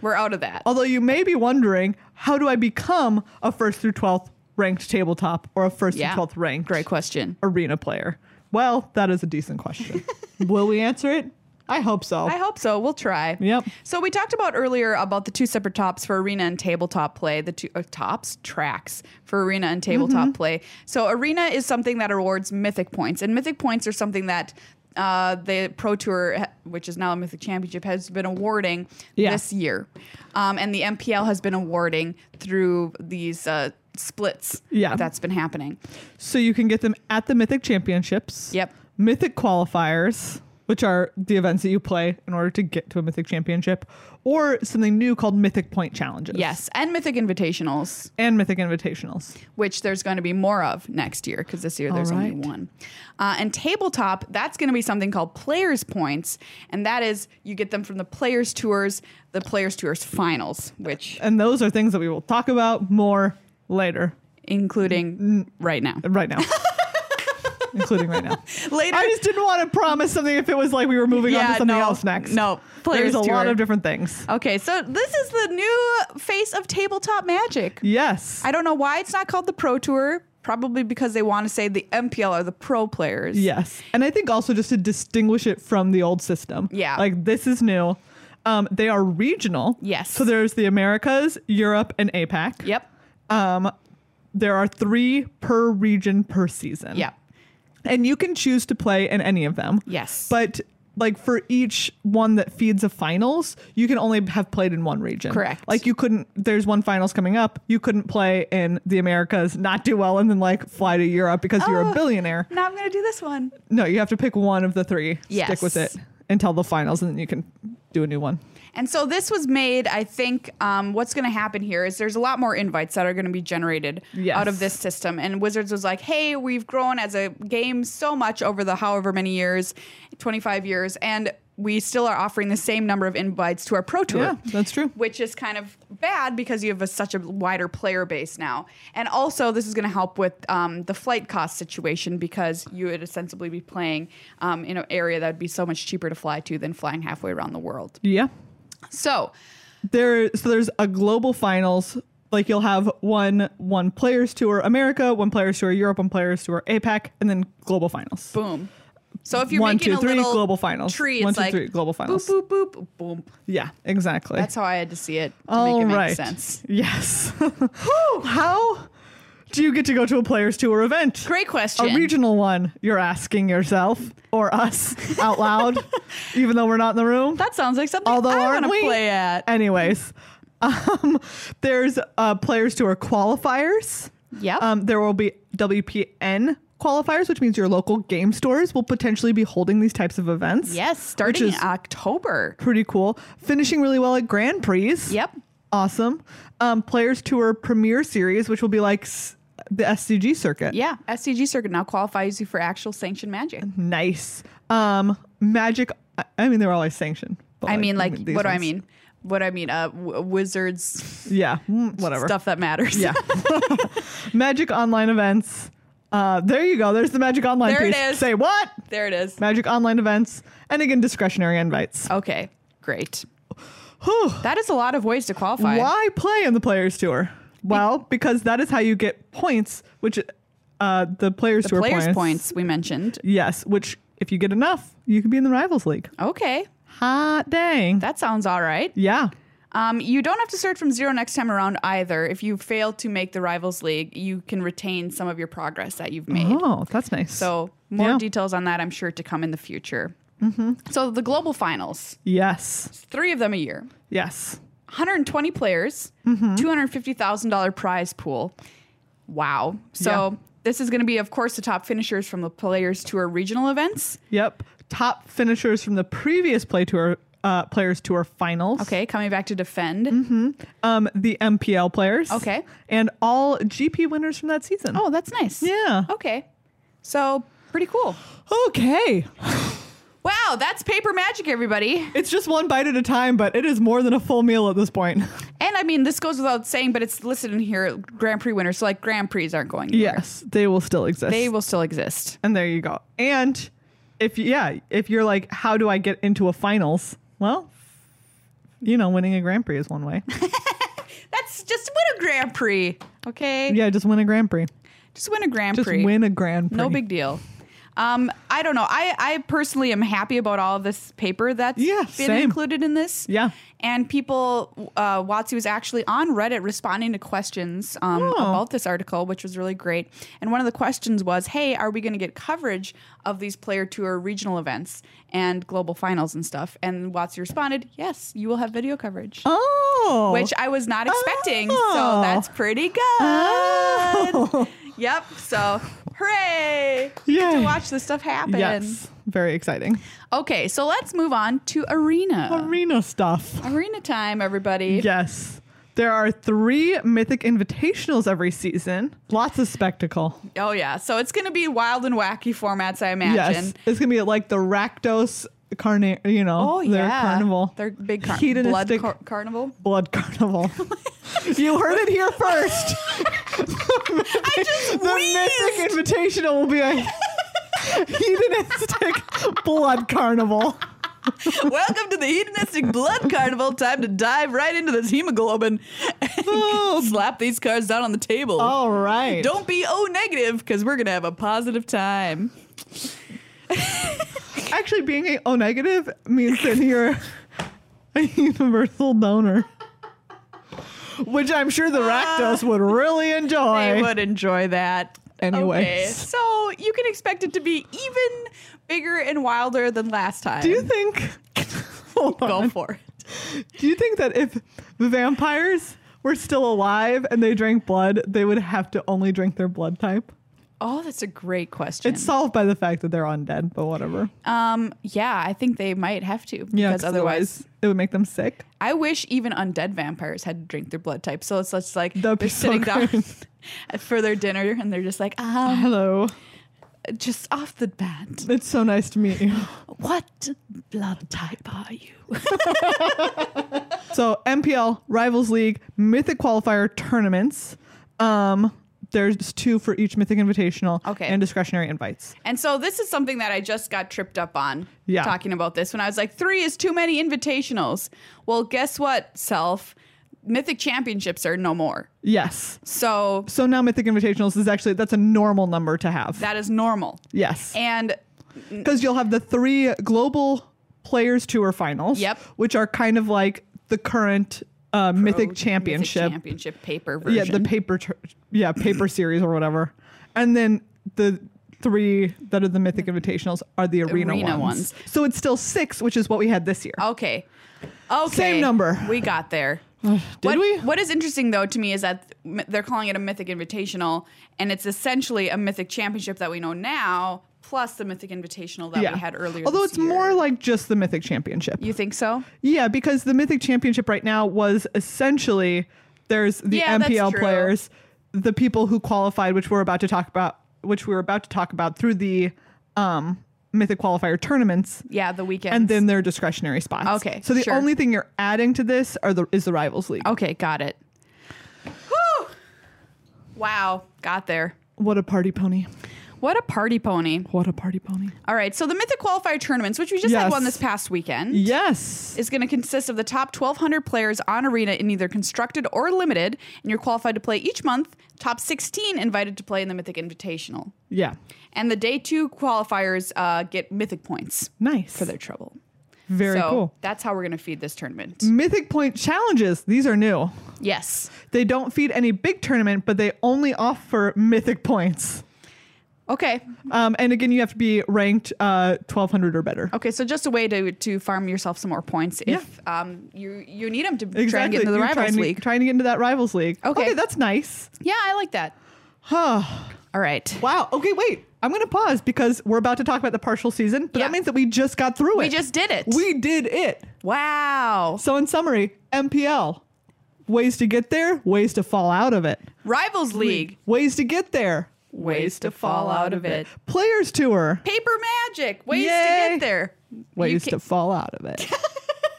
S1: we're out of that.
S2: Although you may be wondering, how do I become a first through 12th ranked tabletop or a first
S1: Yeah.
S2: through 12th ranked
S1: Great question.
S2: arena player? Well, that is a decent
S1: *laughs*
S2: question. Will we answer it? I hope so.
S1: I hope so. We'll try.
S2: Oh. Yep.
S1: So we talked about earlier about the two separate tops for arena and tabletop play, the two uh, tops tracks for arena and tabletop
S2: Mm-hmm.
S1: play. So arena is something that awards mythic points, and mythic points are something that. Uh, the Pro Tour, which is now a Mythic Championship, has been awarding
S2: Yeah.
S1: this year, um, and the MPL has been awarding through these uh, splits.
S2: Yeah.
S1: that's been happening.
S2: so you can get them at the Mythic Championships.
S1: Yep.
S2: Mythic qualifiers, which are the events that you play in order to get to a Mythic Championship, or something new called Mythic Point Challenges.
S1: Yes, and Mythic Invitationals.
S2: And Mythic Invitationals.
S1: which there's going to be more of next year because this year there's
S2: right.
S1: only one. Uh, and tabletop, that's going to be something called players' points, and that is you get them from the players' tours, the players' tours finals, which
S2: And those are things that we will talk about more later.
S1: including right now. *laughs*
S2: Right now. Including right now.
S1: Later,
S2: I just didn't want to promise something if it was like we were moving on to something
S1: no,
S2: else next.
S1: No, players'
S2: There's a lot
S1: tour.
S2: of different things.
S1: Okay, so this is the new face of tabletop magic.
S2: Yes.
S1: I don't know why it's not called the Pro Tour. Probably because they want to say the MPL are the pro players.
S2: yes. And I think also just to distinguish it from the old system.
S1: Yeah.
S2: Like this is new. Um, they are regional.
S1: Yes.
S2: So there's the Americas, Europe, and APAC.
S1: Yep.
S2: Um, there are three per region per season.
S1: Yep.
S2: And you can choose to play in any of them.
S1: Yes.
S2: But like for each one that feeds a finals, you can only have played in one region.
S1: Correct.
S2: Like you couldn't there's one finals coming up, you couldn't play in the Americas, not do well, and then like fly to Europe because you're a
S1: Oh.
S2: billionaire.
S1: Now I'm going to do this one.
S2: No, you have to pick one of the three. Stick
S1: Yes.
S2: with it until the finals and then you can do a new one.
S1: And so this was made, I think, um, what's going to happen here is there's a lot more invites that are going to be generated
S2: Yes.
S1: out of this system. And Wizards was like, hey, we've grown as a game so much over the however many years, 25 years, and we still are offering the same number of invites to our Pro Tour.
S2: Yeah, that's true.
S1: Which is kind of bad because you have a, such a wider player base now. And also, this is going to help with um, the flight cost situation because you would ostensibly be playing um, in an area that would be so much cheaper to fly to than flying halfway around the world.
S2: Yeah.
S1: So,
S2: There so there's a global finals. Like you'll have one one players tour America, one players tour Europe, one players tour APAC, and then global finals.
S1: boom. So if you're
S2: One,
S1: making
S2: two,
S1: a
S2: three,
S1: little
S2: global finals.
S1: tree, it's
S2: One, two,
S1: like
S2: three, global finals.
S1: Boop boop boop boom.
S2: Yeah, exactly.
S1: That's how I had to see it to
S2: All
S1: make it
S2: right.
S1: make sense.
S2: Yes. *laughs* How Do you get to go to a player's tour event?
S1: Great
S2: A
S1: question.
S2: regional one, you're asking yourself or us
S1: *laughs*
S2: out loud, even though we're not in the room.
S1: that sounds like something
S2: Although,
S1: I want
S2: aren't
S1: to
S2: we?
S1: play at.
S2: Anyways, *laughs* um, there's uh, players tour qualifiers.
S1: Yep.
S2: Um, there will be WPN qualifiers, which means your local game stores will potentially be holding these types of events.
S1: yes, starting
S2: is-
S1: in October.
S2: Pretty cool. Finishing really well at Grand Prix.
S1: Yep.
S2: Awesome. Um, Players Tour Premier Series, which will be like s- the SCG circuit.
S1: Yeah, SCG circuit now qualifies you for actual sanctioned magic.
S2: Nice. Um, Magic. I- I mean, they're always sanctioned. but,
S1: I mean, like,
S2: these
S1: what do I
S2: ones.
S1: mean? What I mean, uh, w- wizards
S2: Yeah. mm, Whatever.
S1: stuff that matters.
S2: Yeah. Magic Online events. Uh, there you go. There's the Magic Online
S1: There it
S2: piece.
S1: is.
S2: Say what?
S1: *laughs* there it is.
S2: Magic Online events. And again, discretionary invites.
S1: Okay, great.
S2: Whew.
S1: That is a lot of ways to qualify.
S2: Why play in the Players Tour? Well, because that is how you get points, which uh, the Players
S1: The
S2: Tour
S1: players' points we mentioned.
S2: Yes, which if you get enough, you can be in the Rivals League.
S1: Okay,
S2: Hot dang.
S1: that sounds all right.
S2: yeah.
S1: Um, you don't have to start from zero next time around either. If you fail to make the Rivals League, you can retain some of your progress that you've made.
S2: Oh, that's nice.
S1: So, more
S2: Yeah. Mm-hmm.
S1: details on that, I'm sure, to come in the future. So, the global finals,
S2: yes,
S1: three of them a year.
S2: yes.
S1: 120 players,
S2: Mm-hmm.
S1: $250,000 prize pool. Wow. So,
S2: Yeah.
S1: this is going to be, of course, the top finishers from the Players Tour regional events.
S2: Yep. Top finishers from the previous play tour, uh, players tour finals.
S1: Okay, coming back to defend.
S2: Um, the MPL players.
S1: Okay.
S2: And all GP winners from that season.
S1: Oh, that's nice.
S2: Yeah.
S1: Okay. So, pretty cool.
S2: Okay.
S1: Wow, that's paper magic, everybody.
S2: It's just one bite at a time, but it is more than a full meal at this point.
S1: And I mean, this goes without saying, but it's listed in here Grand Prix winners. So, like, Grand Prix aren't going anywhere.
S2: yes, they will still exist.
S1: They will still exist.
S2: and there you go. And if yeah, if you're like, how do I get into a finals? Well, you know, winning a Grand Prix is
S1: *laughs*
S2: one way.
S1: That's just win a Grand Prix, okay?
S2: yeah, just win a Grand Prix.
S1: Just win a Grand
S2: Just
S1: Prix.
S2: win a Grand Prix.
S1: No big deal. Um, I don't know. I, I personally am happy about all of this paper that's
S2: Yeah,
S1: been
S2: same.
S1: included in this.
S2: Yeah.
S1: And people, uh, Watsi was actually on Reddit responding to questions um,
S2: Oh.
S1: about this article, which was really great. And one of the questions was, hey, are we going to get coverage of these player tour regional events and global finals and stuff? And Watsi responded, yes, you will have video coverage,
S2: Oh,
S1: which I was not expecting. So
S2: Oh.
S1: that's pretty good.
S2: Oh. *laughs*
S1: Yep. So, hooray! Get
S2: Yay.
S1: to watch this stuff happen.
S2: yes, very exciting.
S1: Okay, so let's move on to arena.
S2: Arena stuff.
S1: Arena time, everybody.
S2: Yes. There are three Mythic Invitationals every season. Lots of spectacle.
S1: Oh yeah. So it's gonna be wild and wacky formats, I imagine.
S2: Yes. It's going to be like the Rakdos carna- you
S1: Oh
S2: know, their
S1: yeah.
S2: carnival.
S1: Their big car- blood
S2: Hedonistic
S1: car- carnival. *laughs*
S2: blood carnival. you heard it here first.
S1: I just
S2: The Mythic Invitational will be a hedonistic blood carnival.
S1: Welcome to the hedonistic blood carnival. Time to dive right into this hemoglobin.
S2: Oh,
S1: *laughs* Slap these cards down on the table.
S2: All right.
S1: Don't be O negative because we're gonna have a positive time.
S2: Actually, being a O negative means that you're a universal donor, which I'm sure the Rakdos would really enjoy.
S1: They would enjoy that.
S2: Anyways.
S1: Okay, so you can expect it to be even bigger and wilder than last time.
S2: Do you think? *laughs* Hold
S1: Go
S2: on.
S1: for it.
S2: Do you think that if the vampires were still alive and they drank blood, they would have to only drink their blood type?
S1: Oh, that's a great question.
S2: It's solved by the fact that they're undead, but whatever.
S1: um, yeah, I think they might have to
S2: Yeah,
S1: because otherwise,
S2: it would make them sick.
S1: I wish even undead vampires had to drink their blood type. So it's just like
S2: That'd be
S1: they're
S2: so
S1: sitting down
S2: great.
S1: *laughs* for their dinner and they're just like, um,
S2: Hello,
S1: just off the bat,
S2: it's so nice to meet you.
S1: what blood type are you?
S2: So MPL Rivals League Mythic qualifier tournaments. Um, there's two for each Mythic Invitational
S1: Okay.
S2: and discretionary invites.
S1: And so this is something that I just got tripped up on
S2: Yeah.
S1: talking about this when I was like, three is too many invitationals. Well, guess what, self? Mythic championships are no more.
S2: Yes.
S1: So
S2: So now Mythic Invitationals is actually that's a normal number to have.
S1: that is normal.
S2: yes.
S1: And
S2: Because you'll have the three global players tour finals.
S1: Yep.
S2: Which are kind of like the current uh, uh, Mythic
S1: Pro
S2: Championship.
S1: Championship paper
S2: yeah,
S1: version.
S2: the paper, tr-
S1: *clears throat*
S2: yeah, paper series or whatever. And then the three that are the Mythic Invitationals are the arena,
S1: Mm-hmm. arena
S2: ones.
S1: ones. Oh,
S2: So it's still six, which is what we had this year.
S1: Okay. Okay.
S2: Same number.
S1: We got there.
S2: *sighs* Did
S1: what,
S2: we?
S1: What is interesting though to me is that m- they're calling it a Mythic Invitational, and it's essentially a Mythic Championship that we know now, plus the Mythic Invitational that
S2: yeah,
S1: we had earlier.
S2: Although
S1: this
S2: it's
S1: year.
S2: more like just the Mythic Championship.
S1: You think so?
S2: Yeah, because the Mythic Championship right now was essentially there's the
S1: Yeah, that's
S2: MPL
S1: true.
S2: players, the people who qualified, which we're about to talk about, which we were about to talk about through the um, Mythic qualifier tournaments,
S1: Yeah, the weekend.
S2: and then their discretionary spots.
S1: Okay,
S2: so the
S1: sure. Oh.
S2: only thing you're adding to this are the is the Rivals League.
S1: Okay, got it. Whew. Wow, got there.
S2: What a party pony!
S1: What a party pony.
S2: What a party pony!
S1: All right, so the Mythic Qualifier tournaments, which we just had
S2: Yes.
S1: one this past weekend.
S2: Yes,
S1: is going to consist of the top 1,200 players on Arena in either constructed or limited, and you're qualified to play each month. Top 16 invited to play in the Mythic Invitational.
S2: yeah,
S1: And the day two qualifiers uh, get Mythic points
S2: nice,
S1: for their trouble.
S2: very
S1: so
S2: cool.
S1: that's how we're going to feed this tournament.
S2: Mythic point challenges. These are new.
S1: Yes.
S2: They don't feed any big tournament, but they only offer mythic points.
S1: Okay.
S2: Um, and again, you have to be ranked uh, 1200 or better.
S1: Okay. So just a way to, to farm yourself some more points if um, you you need them to try and get into the
S2: You're
S1: rivals
S2: trying to,
S1: league.
S2: Trying to get into that rivals league.
S1: Okay.
S2: that's nice.
S1: yeah, I like that.
S2: Huh.
S1: All right.
S2: Wow. Okay, wait. I'm going to pause because we're about to talk about the partial season, but
S1: Yeah.
S2: that means that we just got through it.
S1: We just did it.
S2: We did it.
S1: wow.
S2: So in summary, MPL. Ways to get there, ways to fall out of it.
S1: Rivals League.
S2: Ways to get there,
S1: Ways to fall out of it.
S2: Players tour,
S1: Paper magic. Ways to
S2: Yay.
S1: get there.
S2: ways
S1: ca-
S2: to fall out of *laughs* it.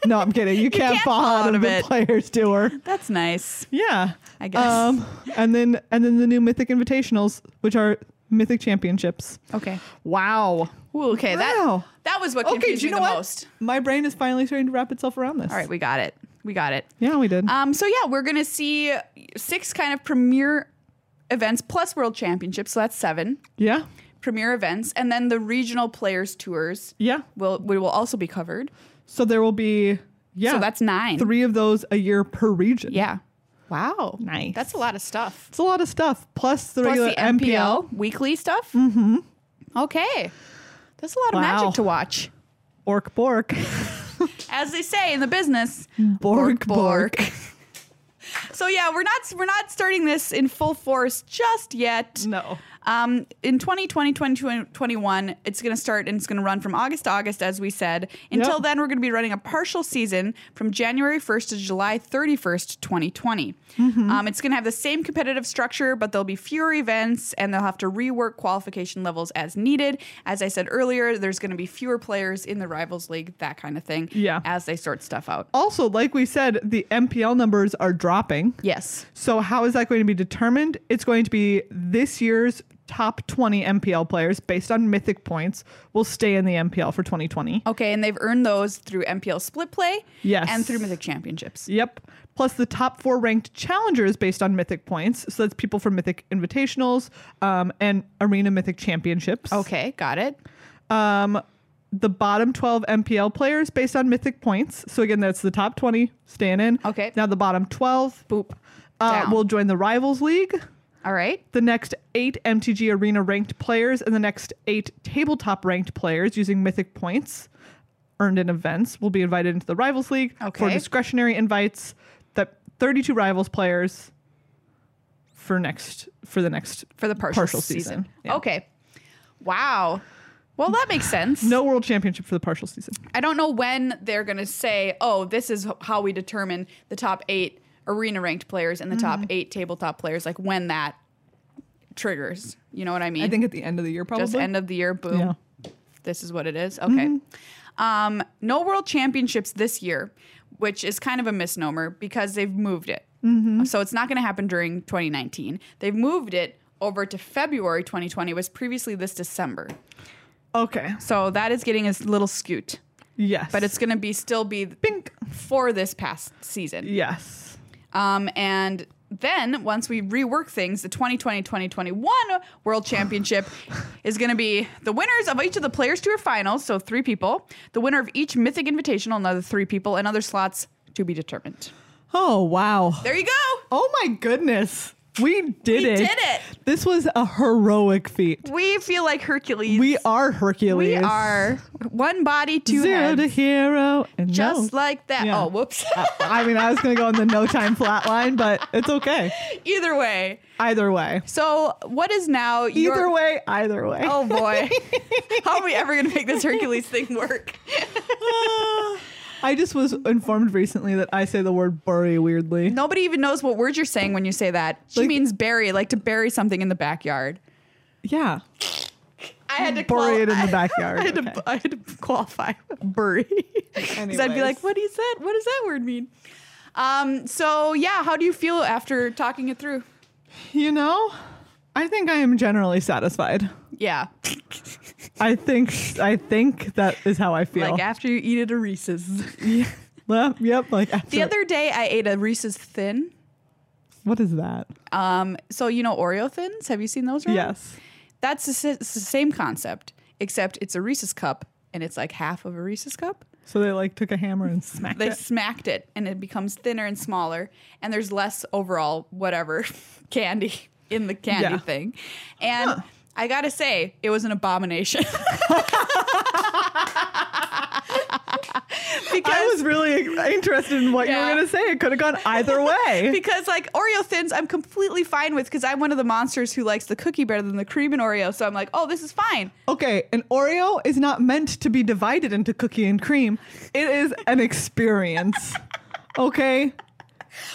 S2: no, I'm kidding. You can't,
S1: can't
S2: fall, out of,
S1: it.
S2: the players tour.
S1: That's nice.
S2: Yeah, Um,
S1: I guess.
S2: and then and then the new Mythic Invitationals, which are Mythic Championships.
S1: Okay.
S2: Wow.
S1: Ooh, okay. That
S2: Wow.
S1: that was what
S2: Okay,
S1: confused
S2: do you
S1: me
S2: know
S1: the
S2: what?
S1: most.
S2: My brain is finally starting to wrap itself around this. Uh,
S1: All right, we got it. We got it.
S2: Yeah, we did.
S1: Um, so yeah, we're gonna see six kind of premier events plus world championships. So that's seven
S2: yeah.
S1: premier events, and then the regional players tours
S2: Yeah.
S1: will we will also be covered.
S2: So there will be yeah.
S1: So that's nine.
S2: three of those a year per region.
S1: Yeah. Wow.
S2: Nice.
S1: That's a lot of stuff.
S2: It's a lot of stuff. Plus the
S1: Plus
S2: regular
S1: the MPL, weekly stuff. Mm-hmm. Okay. That's a lot of
S2: Wow.
S1: magic to watch.
S2: Orc Bork. *laughs*
S1: as they say in the business,
S2: Bork,
S1: bork. *laughs* so yeah, we're not we're not starting this in full force just yet.
S2: No.
S1: Um, in 2020, 2021, it's going to start and it's going to run from August to August, as we said. Until
S2: Yep.
S1: then, we're going to be running a partial season from January 1st to July 31st, 2020.
S2: Mm-hmm.
S1: Um, it's going to have the same competitive structure, but there'll be fewer events and they'll have to rework qualification levels as needed. As I said earlier, there's going to be fewer players in the Rivals League, that kind of thing,
S2: Yeah.
S1: as they sort stuff out.
S2: Also, like we said, the MPL numbers are dropping.
S1: Yes.
S2: So how is that going to be determined? It's going to be this year's top 20 MPL players based on mythic points will stay in the MPL for 2020.
S1: Okay, and they've earned those through MPL split play
S2: Yes.
S1: and through Mythic Championships.
S2: Yep. Plus the top four ranked challengers based on mythic points. So that's people from mythic invitationals um, and arena mythic championships.
S1: Okay, got it.
S2: Um, the bottom 12 MPL players based on mythic points. So again, that's the top 20 staying in.
S1: Okay.
S2: Now the bottom 12
S1: Boop.
S2: uh,
S1: Down.
S2: will join the rivals league.
S1: All right.
S2: the next eight MTG Arena ranked players and the next eight tabletop ranked players using mythic points earned in events will be invited into the Rivals League for
S1: Okay.
S2: discretionary invites. That 32 Rivals players for next for the next
S1: for the partial,
S2: partial
S1: season.
S2: season. Yeah.
S1: Okay. Wow. Well, that makes sense.
S2: no world championship for the partial season.
S1: I don't know when they're going to say, "Oh, this is h- how we determine the top 8 arena ranked players and the top
S2: Mm-hmm.
S1: 8 tabletop players," like when that triggers. You know what I mean?
S2: at the end of the year probably.
S1: just end of the year, boom.
S2: yeah.
S1: This is what it is. Okay. Um, no world championships this year, which is kind of a misnomer because they've moved it. So it's not going to happen during 2019. They've moved it over to February 2020, was previously this December.
S2: Okay.
S1: So that is getting a s- little skewed,
S2: Yes.
S1: but it's going to be still be
S2: pink.
S1: for this past season.
S2: Yes.
S1: Um, and then once we rework things, the 2020-2021 World
S2: *sighs*
S1: Championship is going to be the winners of each of the Players Tour finals, so three people, the winner of each Mythic Invitational, another three people, and other slots to be determined.
S2: Oh, wow.
S1: There you go.
S2: Oh my goodness. We did
S1: We
S2: it.
S1: did it.
S2: This was a heroic feat.
S1: We feel like Hercules.
S2: We are
S1: We
S2: Hercules.
S1: are one body, two
S2: zero
S1: heads.
S2: to hero. And
S1: Just
S2: no.
S1: like that.
S2: Yeah. Uh,
S1: Oh, whoops.
S2: I mean, I was going to go on the no time flat line, but it's okay.
S1: *laughs* Either way.
S2: Either way.
S1: So, what is now your-
S2: Either way, either way.
S1: Oh
S2: *laughs*
S1: boy. How are we ever going to make this Hercules thing work? Oh.
S2: *laughs* I just was informed recently that I say the word bury weirdly.
S1: Nobody even knows what word you're saying when you say that. She
S2: Like-
S1: means bury, like to bury something in the backyard.
S2: Yeah.
S1: I had to
S2: Bury
S1: qual-
S2: it in
S1: *laughs*
S2: the
S1: I had,
S2: backyard.
S1: to, I had to qualify bury. *laughs* Because I'd be
S2: Anyways.
S1: like, what is that? What does that word mean? Um, so, yeah, how do you feel after talking it through?
S2: You know, I think I am generally satisfied.
S1: Yeah.
S2: I think I think that is how I feel.
S1: Like after you eat it, a Reese's. *laughs*
S2: Well, yep, like after,
S1: The other day, I ate a Reese's Thin.
S2: What is that?
S1: Um, so you know Oreo Thins? Have you seen those? Around?
S2: Yes.
S1: That's the, s- it's the same concept, except it's a Reese's cup, and it's like half of a Reese's cup.
S2: So they like took a hammer and smacked
S1: They
S2: it.
S1: smacked it, and it becomes thinner and smaller, and there's less overall whatever *laughs* candy in the candy
S2: Yeah.
S1: thing. And I gotta say, it was an abomination. *laughs*
S2: I
S1: because
S2: was really interested in what you
S1: Yeah.
S2: were going to say. It could have gone either
S1: *laughs*
S2: way.
S1: because like Oreo thins, I'm completely fine with because I'm one of the monsters who likes the cookie better than the cream and Oreo. So I'm like, oh, this is fine.
S2: okay, an Oreo is not meant to be divided into cookie and cream. It is an experience. Okay?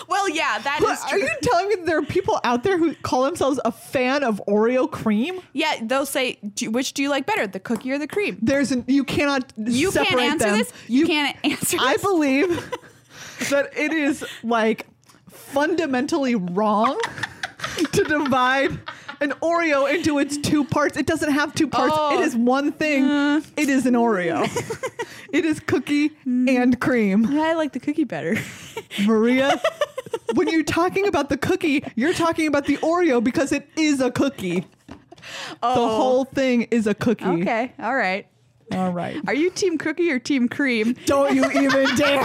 S1: Well, yeah, that
S2: But
S1: is
S2: are
S1: true.
S2: you telling me there are people out there who call themselves a fan of Oreo cream?
S1: yeah, they'll say, do, which do you like better, the cookie or the cream?
S2: There's an, you cannot
S1: You
S2: separate
S1: can't answer
S2: them.
S1: this. You, can't answer
S2: I
S1: this.
S2: believe that it is like fundamentally wrong to divide an Oreo into its two parts. It doesn't have two parts.
S1: Oh.
S2: It is one thing. It is
S1: *laughs*
S2: an Oreo. it is cookie and cream.
S1: I like the cookie better. *laughs*
S2: Maria, when you're talking about the cookie, you're talking about the Oreo because it is a cookie. The whole thing is a cookie.
S1: Oh. Okay, all right.
S2: All right.
S1: Are you team cookie or team
S2: *laughs*
S1: cream?
S2: Don't you even dare.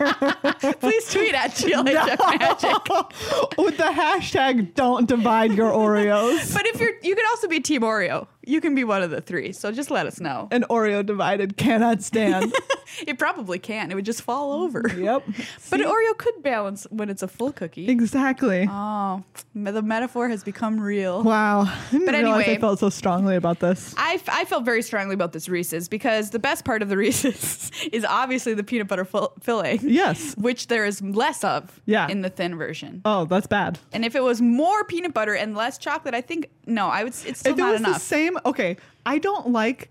S1: Please tweet at GLHF Magic.
S2: *laughs* with the hashtag don't divide your Oreos.
S1: But if you're, you could also be team Oreo. You can be one of the three. So just let us know. *laughs*
S2: An Oreo divided cannot stand.
S1: It probably can. It would just fall
S2: *laughs*
S1: over.
S2: yep.
S1: But an Oreo could balance when it's a full cookie.
S2: Exactly.
S1: Oh, the metaphor has become real.
S2: wow. I didn't
S1: But
S2: realize
S1: anyway-
S2: I felt so strongly about this.
S1: I, f- I felt very strongly about this Reese's because the best part of the *laughs* Reese's is obviously the peanut butter fill- filling.
S2: Yes.
S1: Which there is less of
S2: Yeah.
S1: in the thin version.
S2: Oh, that's bad.
S1: And if it was more peanut butter and less chocolate, I think, no, I would, s- it's still
S2: if it
S1: not
S2: was the
S1: enough.
S2: same, okay. I don't like.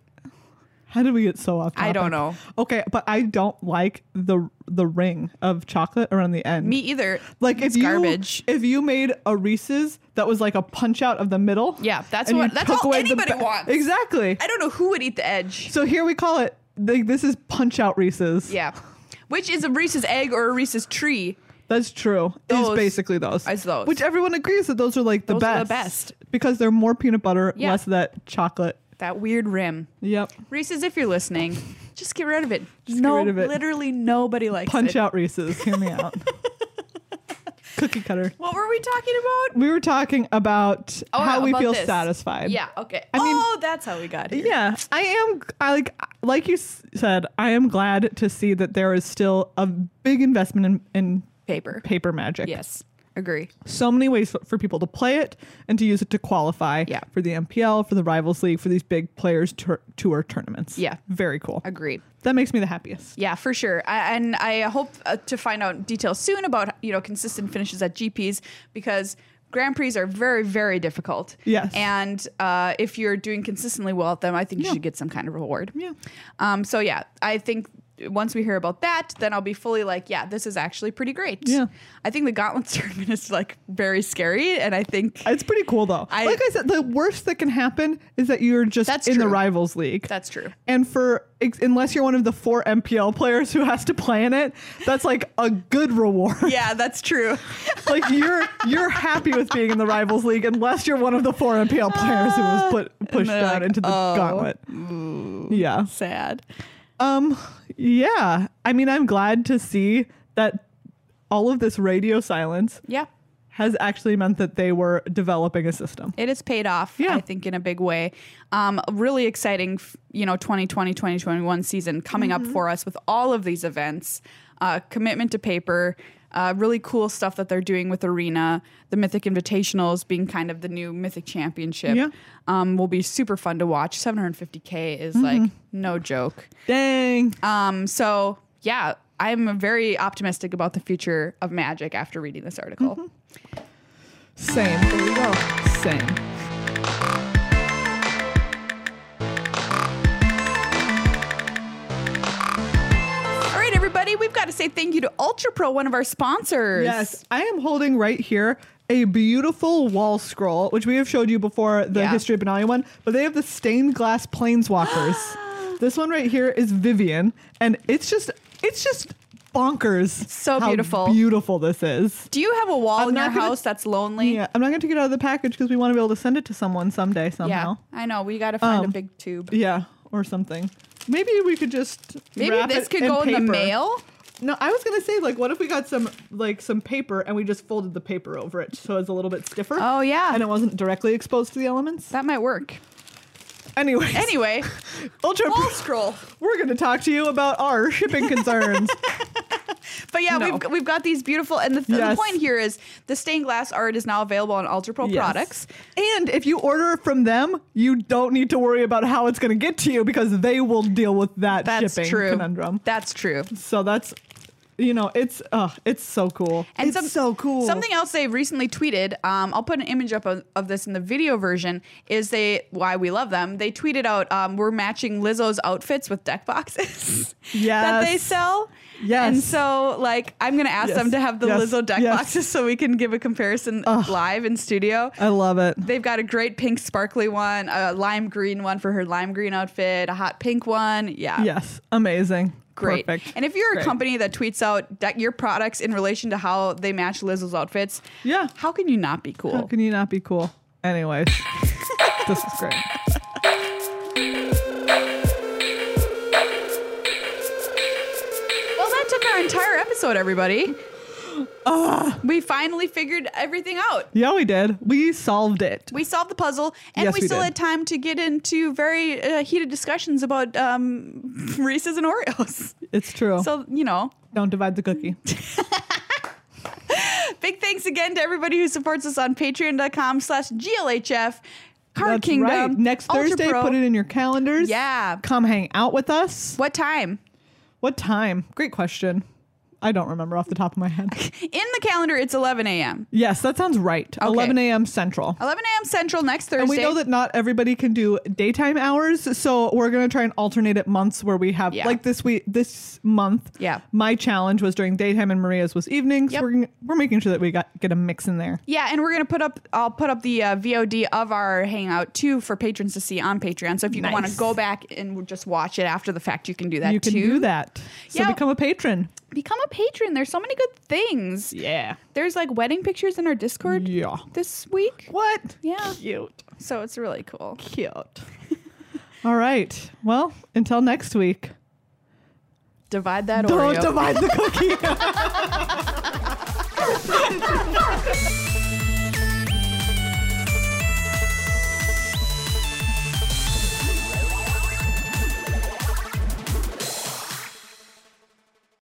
S2: How did we get so off?
S1: I don't
S2: topic?
S1: know.
S2: Okay, but I don't like the the ring of chocolate around the end.
S1: Me either.
S2: like if
S1: it's
S2: you
S1: garbage.
S2: if you made a Reese's that was like a punch out of the middle.
S1: Yeah, that's
S2: and
S1: what-
S2: you
S1: that's
S2: took
S1: all
S2: away the
S1: anybody wants.
S2: Exactly.
S1: I don't know who would eat the edge.
S2: So here we call it. Like, this is punch out Reese's.
S1: Yeah. Which is a Reese's egg or a Reese's tree.
S2: That's true.
S1: Those-
S2: it's basically those.
S1: it's those.
S2: Which everyone agrees that those are like the
S1: Those
S2: best.
S1: are the best.
S2: Because they're more peanut butter,
S1: Yeah.
S2: less of that chocolate.
S1: That weird rim.
S2: Yep.
S1: Reese's, if you're listening, just get rid of it.
S2: Just get
S1: no,
S2: rid of it.
S1: literally nobody likes
S2: Punch
S1: it.
S2: out Reese's. Hear
S1: *laughs*
S2: me out. Cookie cutter.
S1: What were we talking about?
S2: We were talking about
S1: Oh,
S2: how we
S1: about
S2: feel
S1: this.
S2: satisfied.
S1: Yeah. Okay.
S2: I mean-
S1: oh, that's how we got here.
S2: Yeah, I am. I like, like you s- said, I am glad to see that there is still a big investment in, in
S1: Paper.
S2: paper magic.
S1: Yes. Agree.
S2: so many ways f- for people to play it and to use it to qualify
S1: Yeah.
S2: for the MPL, for the Rivals League, for these big players tur- tour tournaments.
S1: Yeah.
S2: Very cool.
S1: Agreed.
S2: That makes me the happiest.
S1: Yeah, for sure. I, and I hope uh, to find out details soon about you know consistent finishes at GPs because Grand Prix are very very difficult.
S2: Yes.
S1: And uh, if you're doing consistently well at them, I think you
S2: Yeah.
S1: should get some kind of reward.
S2: Yeah.
S1: Um. So yeah, I think once we hear about that, then I'll be fully like, yeah, this is actually pretty great.
S2: Yeah.
S1: I think the Gauntlet *laughs* tournament is like very scary, and I think
S2: It's pretty cool though.
S1: I-
S2: like I said, the worst that can happen is that you're just
S1: That's
S2: in the
S1: true.
S2: Rivals League.
S1: that's true.
S2: and for ex- unless you're one of the four MPL players who has to play in it, that's like a good reward. *laughs*
S1: Yeah, that's true. *laughs*
S2: like you're you're happy with being in the Rivals League unless you're one of the four MPL players who was put pushed
S1: they're
S2: down
S1: like,
S2: into the
S1: "Oh,
S2: gauntlet. Yeah.
S1: Sad.
S2: Um, yeah. I mean, I'm glad to see that all of this radio silence
S1: Yeah.
S2: has actually meant that they were developing a system.
S1: It has paid off,
S2: Yeah.
S1: I think, in a big way. Um, really exciting, f- you know, 2020, 2021 season coming
S2: Mm-hmm.
S1: up for us with all of these events. Uh, commitment to paper, uh, really cool stuff that they're doing with Arena. The Mythic Invitationals being kind of the new Mythic Championship
S2: Yeah.
S1: um, will be super fun to watch. 750K
S2: Mm-hmm.
S1: is like no joke.
S2: Dang.
S1: Um, so, yeah, I'm very optimistic about the future of Magic after reading this article.
S2: Mm-hmm. Same. There we go. Same.
S1: All right, everybody, we've got to say thank you to Ultra Pro, one of our sponsors.
S2: Yes, I am holding right here a beautiful wall scroll, which we have showed you before the
S1: Yeah.
S2: History of Benalia one, but they have the stained
S1: *gasps*
S2: glass planeswalkers. this one right here is Vivian, and it's just it's just bonkers.
S1: so
S2: how
S1: beautiful.
S2: Beautiful this is.
S1: Do you have a wall
S2: I'm
S1: in
S2: not
S1: your
S2: gonna-
S1: house that's lonely?
S2: Yeah, I'm not going to take it out of the package because we want to be able to send it to someone someday somehow.
S1: Yeah, I know. We got to find a
S2: Um,
S1: big tube.
S2: Yeah, or something. Maybe we could just
S1: Maybe
S2: wrap
S1: this
S2: it
S1: could go in the
S2: paper.
S1: mail.
S2: No, I was gonna say like, what if we got some like some paper and we just folded the paper over it so it's a little bit stiffer?
S1: Oh, yeah.
S2: and it wasn't directly exposed to the elements.
S1: That might work.
S2: Anyway, *laughs*
S1: Anyway,
S2: Ultra,
S1: wall scroll.
S2: we're gonna talk to you about
S1: *laughs*
S2: our shipping concerns.
S1: But yeah,
S2: No.
S1: we've, we've got these beautiful, and the, th- the
S2: Yes.
S1: point here is the stained glass art is now available on Ultra Pro
S2: Yes.
S1: products.
S2: and if you order from them, you don't need to worry about how it's gonna get to you because they will deal with that
S1: That's
S2: shipping
S1: true.
S2: conundrum.
S1: That's true.
S2: So that's, you know, it's uh, it's so cool. it's
S1: some-
S2: so cool.
S1: Something else they recently tweeted. Um, I'll put an image up of, of this in the video version. Is they why we love them? They tweeted out um, we're matching Lizzo's outfits with deck boxes *laughs* that they
S2: Yes.
S1: sell.
S2: Yes.
S1: And so like I'm gonna ask
S2: Yes.
S1: them to have the
S2: Yes.
S1: Lizzo deck
S2: Yes.
S1: boxes so we can give a comparison live in studio.
S2: I love it.
S1: They've got a great pink sparkly one, a lime green one for her lime green outfit, a hot pink one. Yeah.
S2: Yes, amazing.
S1: Great.
S2: Perfect.
S1: And if you're a
S2: Great.
S1: company that tweets out that your products in relation to how they match Lizzo's outfits,
S2: Yeah.
S1: how can you not be cool?
S2: How can you not be cool?
S1: *laughs*
S2: Anyways, this is great.
S1: well, that took our entire episode, everybody. we finally figured everything out.
S2: Yeah, we did. We solved it.
S1: We solved the puzzle, and
S2: Yes,
S1: we
S2: we
S1: still
S2: did.
S1: had time to get into very uh, heated discussions about um, *laughs* Reese's and Oreos.
S2: It's true.
S1: So, you know,
S2: Don't divide the cookie.
S1: Big thanks again to everybody who supports us on patreon.com slash GLHF. Card
S2: That's
S1: Kingdom.
S2: right. Next
S1: Ultra
S2: Thursday,
S1: Pro.
S2: put it in your calendars.
S1: Yeah.
S2: Come hang out with us.
S1: What time?
S2: What time? Great question. I don't remember off the top of my head.
S1: *laughs* In the calendar, it's 11 a.m.
S2: yes, that sounds right. 11 a.m. Central.
S1: 11 a.m. Central next Thursday.
S2: And we know that not everybody can do daytime hours, so we're gonna try and alternate it months where we have
S1: Yeah.
S2: like this week, this month.
S1: Yeah.
S2: my challenge was during daytime, and Maria's was evenings.
S1: Yep.
S2: We're gonna, we're making sure that we got get a mix in there.
S1: Yeah, and we're gonna put up. I'll put up the uh, VOD of our hangout too for patrons to see on Patreon. So if you
S2: Nice.
S1: want to go back and just watch it after the fact, you can do that
S2: you can
S1: too.
S2: do that. So
S1: Yeah.
S2: become a patron.
S1: Become a patron. There's so many good things.
S2: Yeah.
S1: There's like wedding pictures in our Discord
S2: Yeah.
S1: this week,
S2: What?
S1: Yeah.
S2: Cute.
S1: so it's really cool.
S2: Cute. *laughs* All right. Well, until next week.
S1: Divide that
S2: Don't
S1: Oreo. *laughs*
S2: divide the cookie.